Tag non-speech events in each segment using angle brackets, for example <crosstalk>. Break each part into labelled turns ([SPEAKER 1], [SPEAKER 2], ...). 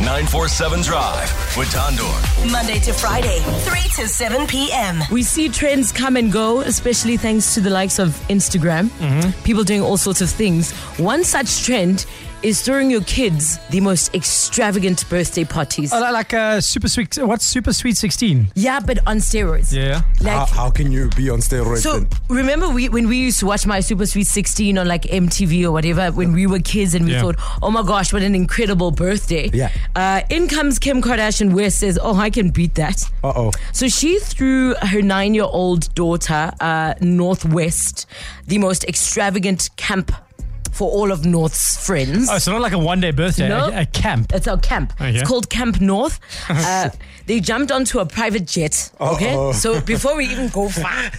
[SPEAKER 1] 947 Drive with Tondor.
[SPEAKER 2] Monday to Friday, 3 to 7 p.m.
[SPEAKER 3] We see trends come and go, especially thanks to the likes of Instagram.
[SPEAKER 4] Mm-hmm.
[SPEAKER 3] People doing all sorts of things. One such trend is throwing your kids the most extravagant birthday parties.
[SPEAKER 4] Oh, li- like uh, super sweet. What's super sweet sixteen?
[SPEAKER 3] yeah, but on steroids.
[SPEAKER 4] Yeah.
[SPEAKER 3] Like,
[SPEAKER 5] how, how can you be on steroids
[SPEAKER 3] so
[SPEAKER 5] then?
[SPEAKER 3] remember we when we used to watch My Super Sweet 16 on like MTV or whatever when we were kids and we
[SPEAKER 4] Yeah.
[SPEAKER 3] thought, oh my gosh, what an incredible birthday.
[SPEAKER 5] Yeah.
[SPEAKER 3] Uh, in comes Kim Kardashian West says, oh, I can beat that.
[SPEAKER 5] Uh oh.
[SPEAKER 3] So she threw her nine year old daughter, uh, Northwest, the most extravagant camp for all of North's friends.
[SPEAKER 4] Oh, so not like a one day birthday,
[SPEAKER 3] No.
[SPEAKER 4] a, a camp.
[SPEAKER 3] It's our camp.
[SPEAKER 5] Oh,
[SPEAKER 4] Okay.
[SPEAKER 3] It's called Camp North.
[SPEAKER 5] <laughs>
[SPEAKER 3] Uh, they jumped onto a private jet. Okay.
[SPEAKER 5] Uh-oh.
[SPEAKER 3] So before we even go
[SPEAKER 5] <laughs>
[SPEAKER 3] far.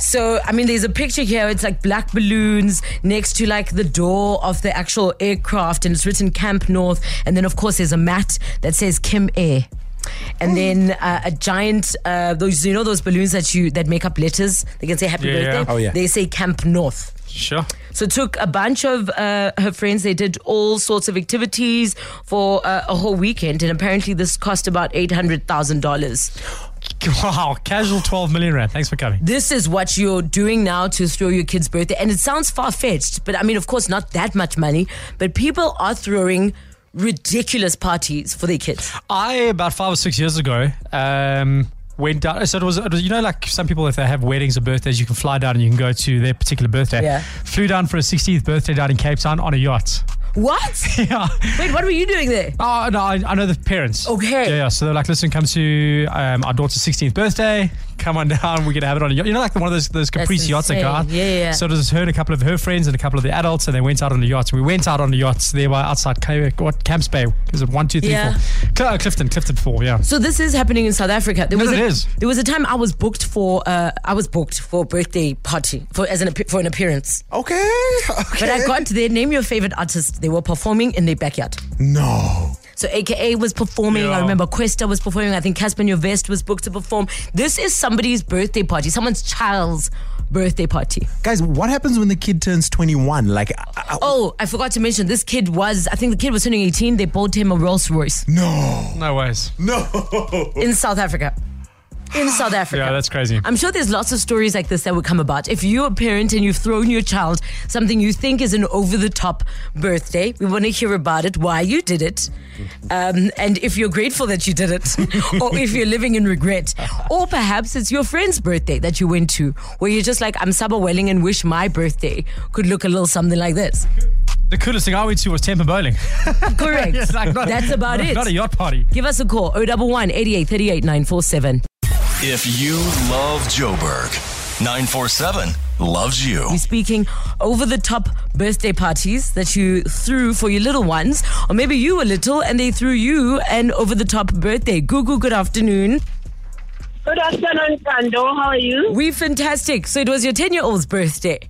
[SPEAKER 3] so, I mean, there's a picture here. It's like black balloons next to like the door of the actual aircraft, and it's written Camp North. And then, of course, there's a mat that says Kim Air.
[SPEAKER 5] Hmm.
[SPEAKER 3] And then uh, a giant, uh, those you know those balloons that you that make up letters. They can say happy
[SPEAKER 4] Yeah, yeah.
[SPEAKER 3] birthday.
[SPEAKER 5] Oh, yeah.
[SPEAKER 3] They say Camp North.
[SPEAKER 4] Sure.
[SPEAKER 3] So took a bunch of uh, her friends. They did all sorts of activities for uh, a whole weekend, and apparently this cost about eight hundred thousand dollars.
[SPEAKER 4] <laughs> Wow. Casual twelve million rand. Thanks for coming.
[SPEAKER 3] This is what you're doing now to throw your kid's birthday, and it sounds far fetched, but I mean, of course, not that much money. But people are throwing ridiculous parties for their kids.
[SPEAKER 4] I about five or six years ago um, went down. So it was, it was, you know, like some people if they have weddings or birthdays, you can fly down and you can go to their particular birthday.
[SPEAKER 3] Yeah.
[SPEAKER 4] Flew down for a 16th birthday down in Cape Town on a yacht. <laughs>
[SPEAKER 3] What?
[SPEAKER 4] yeah.
[SPEAKER 3] Wait, what were you doing there?
[SPEAKER 4] Oh no, I, I know the parents.
[SPEAKER 3] Okay.
[SPEAKER 4] Yeah, yeah. So they're like, listen, come to um, our daughter's 16th birthday. Come on down. We're gonna have it on a yacht. You know, like one of those those caprice yachts that go
[SPEAKER 3] insane.
[SPEAKER 4] out.
[SPEAKER 3] Yeah, yeah, yeah.
[SPEAKER 4] So it was her and a couple of her friends and a couple of the adults, and they went out on the yachts. We went out on the yachts thereby outside Ca- what Camps Bay. Is it one, two, three, four?
[SPEAKER 3] Yeah.
[SPEAKER 4] Cl- uh, Clifton, Clifton four. Yeah.
[SPEAKER 3] So this is happening in South Africa. There
[SPEAKER 4] No,
[SPEAKER 3] a,
[SPEAKER 4] it is.
[SPEAKER 3] There was a time I was booked for uh, I was booked for a birthday party for as an appe- for an appearance.
[SPEAKER 5] Okay. <laughs> okay.
[SPEAKER 3] But I got their name your favorite artist. They were performing in their backyard.
[SPEAKER 5] No.
[SPEAKER 3] So AKA was performing. I
[SPEAKER 4] Yeah.
[SPEAKER 3] remember Questa was performing. I think Casper Vest was booked to perform. This is somebody's birthday party, someone's child's birthday party.
[SPEAKER 5] Guys, what happens when the kid turns 21? Like, uh, I, I-
[SPEAKER 3] Oh, I forgot to mention this kid was, I think the kid was turning 18. They bought him a Rolls Royce
[SPEAKER 5] no.
[SPEAKER 4] No ways.
[SPEAKER 5] No.
[SPEAKER 3] in South Africa. In South Africa.
[SPEAKER 4] Yeah, that's crazy.
[SPEAKER 3] I'm sure there's lots of stories like this that would come about. If you're a parent and you've thrown your child something you think is an over the top birthday, we want to hear about it, why you did it, um, and if you're grateful that you did
[SPEAKER 4] <laughs>
[SPEAKER 3] it, or if you're living in regret. Or perhaps it's your friend's birthday that you went to, where you're just like, I'm sabawelling and wish my birthday could look a little something like
[SPEAKER 4] <laughs>
[SPEAKER 3] this.
[SPEAKER 4] the coolest thing I went to was
[SPEAKER 3] <laughs>
[SPEAKER 4] Tampa Bowling.
[SPEAKER 3] Correct.
[SPEAKER 4] It's like not-
[SPEAKER 3] That's about it.
[SPEAKER 4] Not a yacht party.
[SPEAKER 3] Give us a call 011 88 38 947.
[SPEAKER 1] If you love Joburg, 947 loves you.
[SPEAKER 3] be speaking over the top birthday parties that you threw for your little ones, or maybe you were little and they threw you an over the top birthday. Gugu, good afternoon.
[SPEAKER 6] Good afternoon, Kando. How are you?
[SPEAKER 3] We fantastic. So it was your 10 year old's birthday.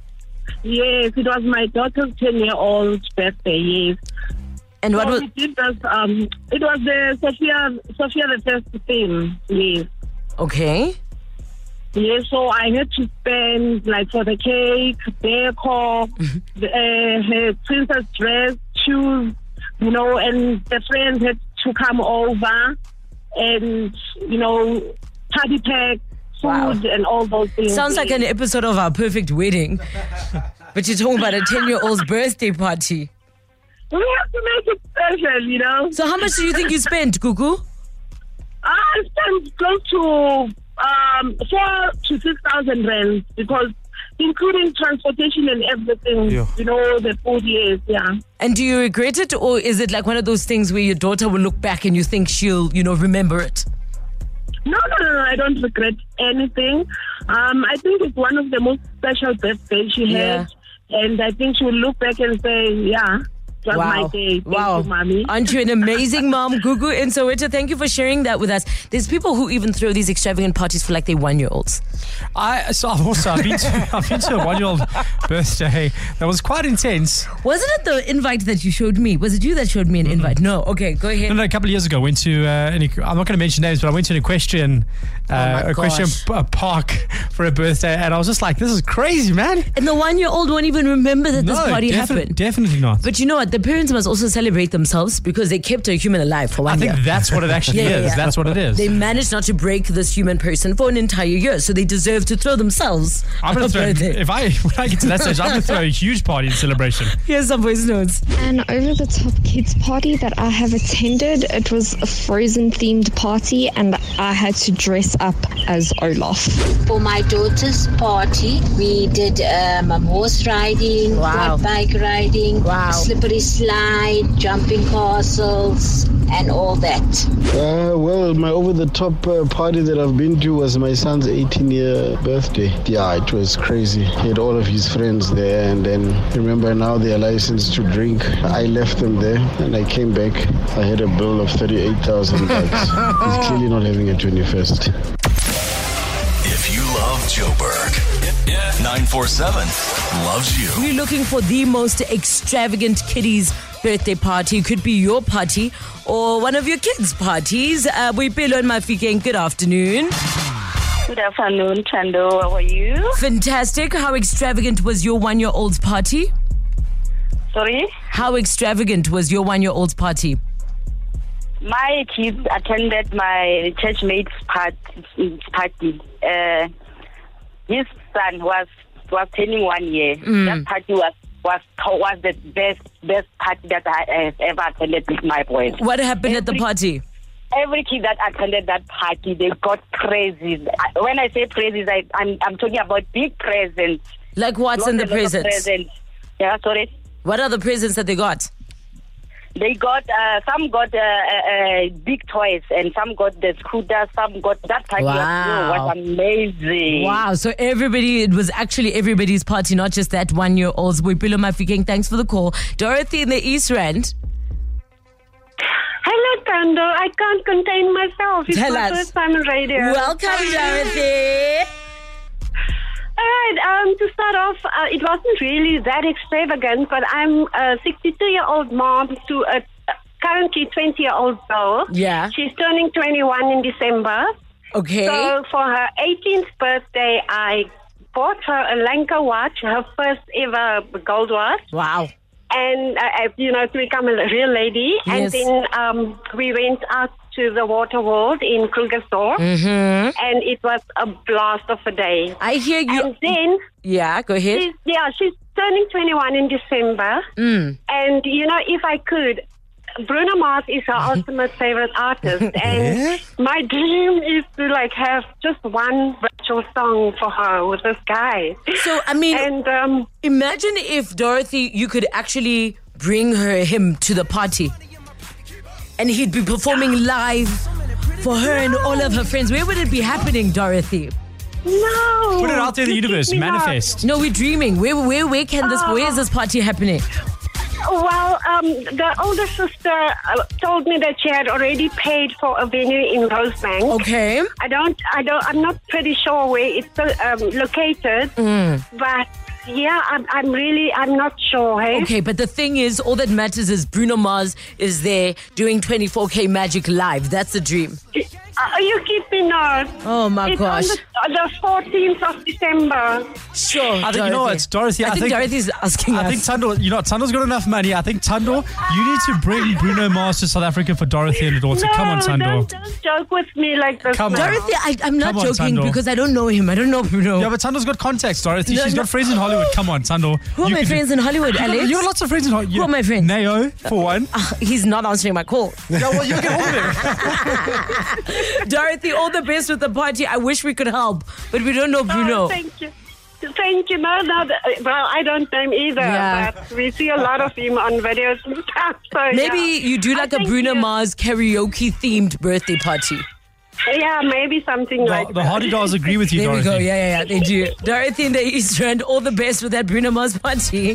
[SPEAKER 6] Yes, it was my daughter's 10 year old birthday, yes.
[SPEAKER 3] And what
[SPEAKER 6] so
[SPEAKER 3] was
[SPEAKER 6] we did this, um, it was the Sophia, Sophia the first theme, yes.
[SPEAKER 3] okay?
[SPEAKER 6] Yes, so I had to spend, like, for the cake, <laughs> decor, the, uh, her princess dress, shoes, you know, and the friends had to come over and, you know, party pack, food,
[SPEAKER 3] Wow.
[SPEAKER 6] and all those things.
[SPEAKER 3] Sounds like
[SPEAKER 6] yes.
[SPEAKER 3] an episode of Our Perfect Wedding, <laughs> but you're talking about a 10 year old's birthday party.
[SPEAKER 6] We have to make it special, you know.
[SPEAKER 3] So how much do you think you spent, Gugu?
[SPEAKER 6] <laughs> I spent close to um, four to six thousand rand because including transportation and everything,
[SPEAKER 5] Yeah.
[SPEAKER 6] you know, the food years, yeah.
[SPEAKER 3] And do you regret it, or is it like one of those things where your daughter will look back and you think she'll, you know, remember it?
[SPEAKER 6] No, no, no, no, I don't regret anything. Um, I think it's one of the most special birthdays she
[SPEAKER 3] Yeah.
[SPEAKER 6] had, and I think she will look back and say, yeah, it was my day. Thank
[SPEAKER 3] wow.
[SPEAKER 6] you, mommy.
[SPEAKER 3] Aren't you an amazing
[SPEAKER 6] <laughs>
[SPEAKER 3] mom, Gugu and Soweto? Thank you for sharing that with us. There's people who even throw these extravagant parties for like their one year olds.
[SPEAKER 4] I so I've also I've been to <laughs> I've been to a one year old birthday that was quite intense.
[SPEAKER 3] Wasn't it the invite that you showed me? Was it you that showed me an invite? No. Okay, go
[SPEAKER 4] No,
[SPEAKER 3] ahead.
[SPEAKER 4] no, a couple of years ago, went to uh, an, equ- I'm not going to mention names, but I went to an equestrian uh,
[SPEAKER 3] Oh my
[SPEAKER 4] equestrian
[SPEAKER 3] gosh.
[SPEAKER 4] p- uh, park for a birthday, and I was just like, "This is crazy, man!"
[SPEAKER 3] And the one year old won't even remember that this party
[SPEAKER 4] defi-
[SPEAKER 3] happened.
[SPEAKER 4] Definitely not.
[SPEAKER 3] But you know what? the parents must also celebrate themselves because they kept a human alive for one
[SPEAKER 4] I think
[SPEAKER 3] year.
[SPEAKER 4] that's what it actually
[SPEAKER 3] Yeah, yeah,
[SPEAKER 4] is.
[SPEAKER 3] yeah.
[SPEAKER 4] That's what it is.
[SPEAKER 3] They managed not to break this human person for an entire year, so they deserve to throw themselves. <laughs>
[SPEAKER 4] I'm gonna
[SPEAKER 3] a
[SPEAKER 4] throw.
[SPEAKER 3] birthday.
[SPEAKER 4] If I when I get to that stage, I'm gonna throw a huge party in celebration.
[SPEAKER 3] Here's some voice notes.
[SPEAKER 7] An over the top kids party that I have attended. It was a frozen themed party and I had to dress up as Olaf.
[SPEAKER 8] For my daughter's party, we did um, um, horse riding,
[SPEAKER 3] Wow.
[SPEAKER 8] quad bike riding,
[SPEAKER 3] Wow.
[SPEAKER 8] slippery slide, jumping castles, and all that.
[SPEAKER 9] Uh, well, my over the top uh, party that I've been to was my son's 18 year birthday. Yeah, it was crazy. He had all of his friends there, and then remember now they are licensed to drink. I left them there and I came back. I had a bill of 38,000 bucks.
[SPEAKER 6] <laughs>
[SPEAKER 9] He's clearly not having a 21st.
[SPEAKER 1] If you love Joburg, 947 loves you.
[SPEAKER 3] We're looking for the most extravagant kiddies birthday party. It could be your party or one of your kids' parties. Uh, we Pelo and Mafike, and good afternoon.
[SPEAKER 10] Good afternoon, Chando. How are you?
[SPEAKER 3] Fantastic. How extravagant was your one year old's party?
[SPEAKER 10] Sorry?
[SPEAKER 3] How extravagant was your one year old's party?
[SPEAKER 10] My kids attended my church mate's part, party. Uh, his son was was turning one year.
[SPEAKER 3] Mm.
[SPEAKER 10] That party was was was the best best party that I have ever attended with my boys.
[SPEAKER 3] What happened at the party?
[SPEAKER 10] Every kid that attended that party, they got praises. I- When I say praises, I, I'm I'm talking about big presents.
[SPEAKER 3] Like, what's in the
[SPEAKER 10] Lots and lots of
[SPEAKER 3] presents?
[SPEAKER 10] Yeah, sorry.
[SPEAKER 3] What are the presents that they got?
[SPEAKER 10] They got uh, some got uh, uh, uh, big toys and some got the scooter. Some got that type
[SPEAKER 3] Wow.
[SPEAKER 10] of was amazing.
[SPEAKER 3] Wow, so everybody, it was actually everybody's party, not just that one year old's. Wipilo Mafikeng, thanks for the call. Dorothy in the East Rand.
[SPEAKER 6] Hello, Tando. I can't contain myself. It's
[SPEAKER 3] Tell
[SPEAKER 6] my
[SPEAKER 3] us.
[SPEAKER 6] first time on radio.
[SPEAKER 3] Welcome, Dorothy.
[SPEAKER 6] All right. Um, to start off, uh, it wasn't really that extravagant, but I'm a 62-year-old mom to a a currently 20-year-old girl.
[SPEAKER 3] Yeah.
[SPEAKER 6] She's turning 21 in December.
[SPEAKER 3] Okay.
[SPEAKER 6] So for her 18th birthday, I bought her a Lanka watch, her first ever gold watch.
[SPEAKER 3] wow.
[SPEAKER 6] and uh, uh, you know to become a real lady.
[SPEAKER 3] Yes.
[SPEAKER 6] And then um, we went out to the water world in Krugersdorp, and it was a blast of a day.
[SPEAKER 3] I hear Mm-hmm. you.
[SPEAKER 6] And then
[SPEAKER 3] yeah, go ahead.
[SPEAKER 6] she's, yeah, she's turning 21 in December,
[SPEAKER 3] Mm.
[SPEAKER 6] and you know if I could. Bruno Mars is
[SPEAKER 3] <laughs>
[SPEAKER 6] her ultimate favorite artist, and
[SPEAKER 5] Yeah?
[SPEAKER 6] my dream is to like have just one virtual song for her with this guy.
[SPEAKER 3] So, I mean,
[SPEAKER 6] And um,
[SPEAKER 3] imagine if Dorothy, you could actually bring her him to the party, and he'd be performing live for her and all of her friends. Where would it be happening, Dorothy? Oh,
[SPEAKER 6] no,
[SPEAKER 4] Put it out there in the
[SPEAKER 6] you keep
[SPEAKER 4] universe.
[SPEAKER 6] me now.
[SPEAKER 4] Manifest.
[SPEAKER 3] No, we're dreaming. Where, where, where can this? Where
[SPEAKER 6] Uh,
[SPEAKER 3] is this party happening?
[SPEAKER 6] Well, um, the older sister uh, told me that she had already paid for a venue in Rosebank.
[SPEAKER 3] Okay.
[SPEAKER 6] I don't, I don't, I'm not pretty sure where it's uh, um, located, but yeah, I'm, I'm really, I'm not sure. Hey,
[SPEAKER 3] Okay, but the thing is, all that matters is Bruno Mars is there doing 24K magic live. That's the dream.
[SPEAKER 6] Uh, you keep me not.
[SPEAKER 3] Oh my
[SPEAKER 6] it's
[SPEAKER 3] gosh.
[SPEAKER 6] on the, uh, the 14th of December.
[SPEAKER 3] Sure.
[SPEAKER 4] I think you know what, Dorothy.
[SPEAKER 3] I,
[SPEAKER 4] I,
[SPEAKER 3] think, Dorothy's asking
[SPEAKER 4] I
[SPEAKER 3] us.
[SPEAKER 4] think Tundle, you know, what, Tundle's got enough money. I think Tundle, you need to bring Bruno Mars to South Africa for Dorothy and the daughter.
[SPEAKER 6] no,
[SPEAKER 4] Come on, Tundle.
[SPEAKER 6] Don't, don't joke with me like this.
[SPEAKER 4] Come on.
[SPEAKER 6] now.
[SPEAKER 3] Dorothy, I, I'm not
[SPEAKER 4] Come on,
[SPEAKER 3] joking
[SPEAKER 4] Sando.
[SPEAKER 3] because I don't know him. I don't know Bruno.
[SPEAKER 4] Yeah, but Tundle's got contacts, Dorothy.
[SPEAKER 3] No,
[SPEAKER 4] She's
[SPEAKER 3] no.
[SPEAKER 4] got friends in Hollywood. Come on, Tundle.
[SPEAKER 3] Who are my friends in
[SPEAKER 4] <laughs>
[SPEAKER 3] Hollywood, Alex?
[SPEAKER 4] You have lots of friends in Hollywood.
[SPEAKER 3] Who are my friends? Ah.
[SPEAKER 4] Nao, for one.
[SPEAKER 3] He's not answering my call.
[SPEAKER 4] yeah, well, you get all of them.
[SPEAKER 3] <laughs> Dorothy, all the best with the party. I wish we could help, but we don't know Bruno.
[SPEAKER 6] Oh, thank you. Thank you. No, no, th- well, I don't know him either,
[SPEAKER 3] Yeah.
[SPEAKER 6] but we see a lot of him on videos and stuff. So
[SPEAKER 3] Maybe
[SPEAKER 6] yeah.
[SPEAKER 3] you do
[SPEAKER 6] I
[SPEAKER 3] like a
[SPEAKER 6] think
[SPEAKER 3] Bruno
[SPEAKER 6] you-
[SPEAKER 3] Mars karaoke themed birthday party.
[SPEAKER 6] Yeah, maybe something like
[SPEAKER 4] The, the Hardy dolls agree with you,
[SPEAKER 3] There
[SPEAKER 4] Dorothy.
[SPEAKER 3] we go. Yeah, yeah, yeah. They do. Dorothy in the East Rand, all the best with that Bruno Mars party.